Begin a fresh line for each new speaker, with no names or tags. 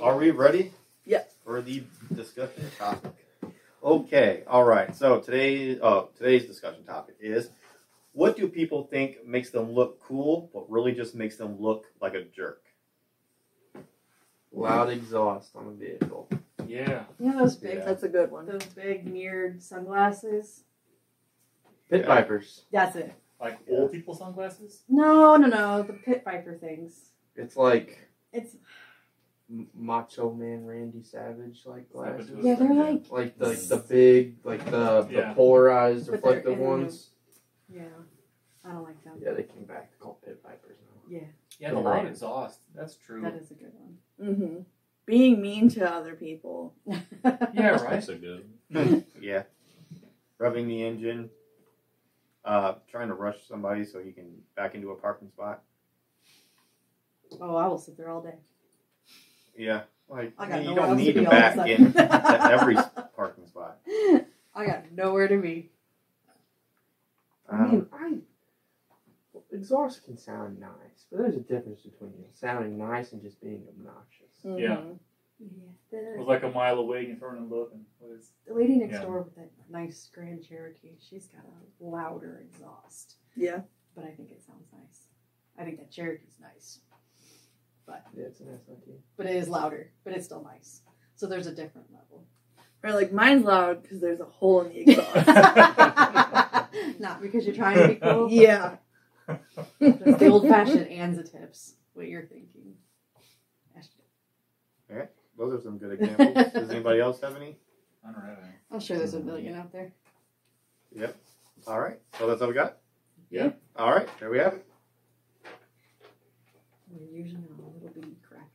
Are we ready?
Yeah.
For the discussion topic. Okay. All right. So today, uh, today's discussion topic is what do people think makes them look cool, but really just makes them look like a jerk?
Loud exhaust on a vehicle.
Yeah.
Yeah, that's big.
Yeah.
That's a good one.
Those big mirrored sunglasses.
Pit
Yeah.
vipers.
That's it.
Like uh,
Yeah.
old people sunglasses?
No, no, no. The pit viper things.
It's like
It's
M- Macho Man Randy Savage like glasses.
yeah, they're like
Like the the big like the,
Yeah.
the polarized
But they're
reflective
in the-
ones.
yeah. I don't like them.
Yeah, they came back. They're called pit vipers now.
Yeah,
Yeah, the loud exhaust. That's true.
that is a good one.
Mm-hmm. Being mean to other people.
yeah, right.
That's a good.
yeah. Revving the engine. Uh, trying to rush somebody so he can back into a parking spot.
Oh, I will sit there all day.
Yeah. Like
I got
you
nowhere
don't
else
need
to,
to
be all of a
back in
sudden.
to every parking spot.
I got nowhere to be.
I
Um,
mean, I well, exhaust can sound nice, but there's a difference between sounding nice and just being obnoxious.
Mm-hmm.
Yeah.
Yeah.
It
The,
was like a mile away and throwing them up and what is
the lady next
Yeah.
door with that nice Grand Cherokee, she's got a louder exhaust,
Yeah.
but I think it sounds nice. I think that Cherokee's nice,
Yeah, it's a nice idea.
but it is louder, but it's still nice. So there's a different level.
Or like mine's loud because there's a hole in the exhaust.
Not because you're trying to be cool.
yeah.
It's the old fashioned Anza tips, what you're thinking.
those are some good examples. Does anybody else have any?
I don't know.
I'm sure there's a million out there.
Yep. All right. So that's all we got.
Yeah.
All right. There we have it.
We're usually on a little bitty crack